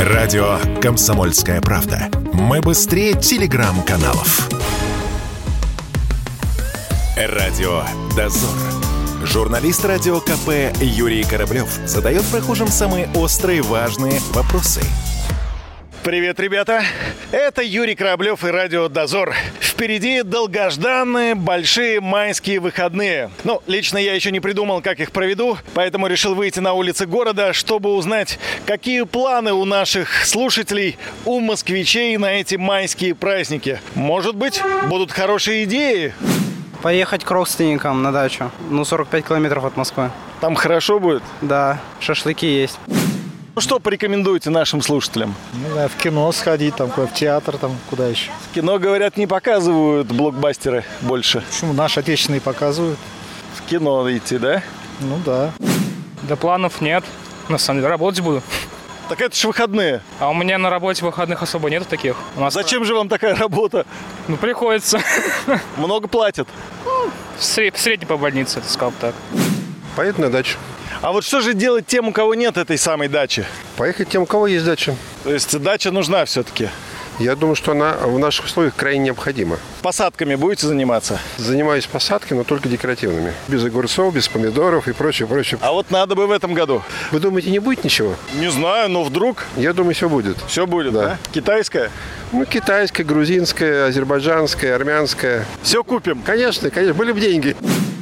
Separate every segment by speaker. Speaker 1: Радио «Комсомольская правда». Мы быстрее телеграм-каналов. Радио «Дозор». Журналист радио КП Юрий Кораблев задает прохожим самые острые важные вопросы.
Speaker 2: Привет, ребята! Это Юрий Кораблев и Радио Дозор. Впереди долгожданные большие майские выходные. Ну, лично я еще не придумал, как их проведу, поэтому решил выйти на улицы города, чтобы узнать, какие планы у наших слушателей, у москвичей на эти майские праздники. Может быть, будут хорошие идеи?
Speaker 3: Поехать к родственникам на дачу. Ну, 45 километров от Москвы.
Speaker 2: Там хорошо будет?
Speaker 3: Да, шашлыки есть.
Speaker 2: Ну, что порекомендуете нашим слушателям?
Speaker 4: Ну, да, в кино сходить, там, в театр, там, куда еще.
Speaker 2: В кино, говорят, не показывают блокбастеры больше.
Speaker 4: Почему? Наши отечественные показывают.
Speaker 2: В кино идти, да?
Speaker 4: Ну, да.
Speaker 5: Да планов нет. На самом деле, работать буду.
Speaker 2: Так это же выходные.
Speaker 5: А у меня на работе выходных особо нету таких. У
Speaker 2: нас... Зачем же вам такая работа?
Speaker 5: Ну, приходится.
Speaker 2: Много платят?
Speaker 5: Ну, в среднем по больнице, сказал так.
Speaker 6: Поеду на дачу.
Speaker 2: А вот что же делать тем, у кого нет этой самой дачи?
Speaker 6: Поехать тем, у кого есть дача.
Speaker 2: То есть дача нужна все-таки?
Speaker 6: Я думаю, что она в наших условиях крайне необходима.
Speaker 2: Посадками будете заниматься?
Speaker 6: Занимаюсь посадками, но только декоративными. Без огурцов, без помидоров и прочее, прочее.
Speaker 2: А вот надо бы в этом году.
Speaker 6: Вы думаете, не будет ничего?
Speaker 2: Не знаю, но вдруг.
Speaker 6: Я думаю, все будет.
Speaker 2: Все будет, да? да? Китайская?
Speaker 6: Ну, китайская, грузинская, азербайджанская, армянская.
Speaker 2: Все купим?
Speaker 6: Конечно, конечно. Были бы деньги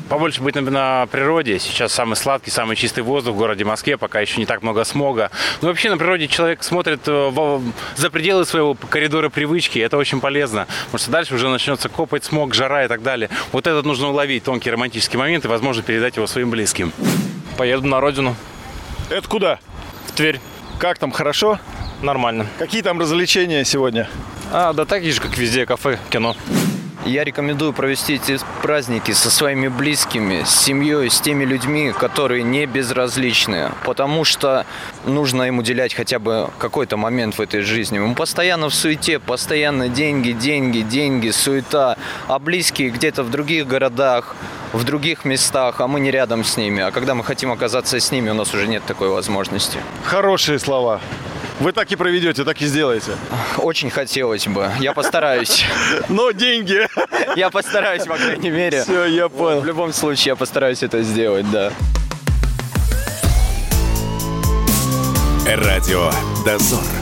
Speaker 7: побольше быть на природе. Сейчас самый сладкий, самый чистый воздух в городе Москве, пока еще не так много смога. Но вообще на природе человек смотрит э, в, за пределы своего коридора привычки, это очень полезно, потому что дальше уже начнется копать смог, жара и так далее. Вот этот нужно уловить, тонкий романтический момент и, возможно, передать его своим близким.
Speaker 5: Поеду на родину.
Speaker 2: Это куда?
Speaker 5: В Тверь.
Speaker 2: Как там, хорошо?
Speaker 5: Нормально.
Speaker 2: Какие там развлечения сегодня?
Speaker 5: А, да такие же, как везде, кафе, кино.
Speaker 8: Я рекомендую провести эти праздники со своими близкими, с семьей, с теми людьми, которые не безразличны, потому что нужно им уделять хотя бы какой-то момент в этой жизни. Мы постоянно в суете, постоянно деньги, деньги, деньги, суета, а близкие где-то в других городах, в других местах, а мы не рядом с ними. А когда мы хотим оказаться с ними, у нас уже нет такой возможности.
Speaker 2: Хорошие слова. Вы так и проведете, так и сделаете.
Speaker 8: Очень хотелось бы. Я постараюсь.
Speaker 2: Но деньги.
Speaker 8: Я постараюсь, по крайней мере.
Speaker 2: Все, я понял.
Speaker 8: В любом случае, я постараюсь это сделать, да.
Speaker 1: Радио «Дозор».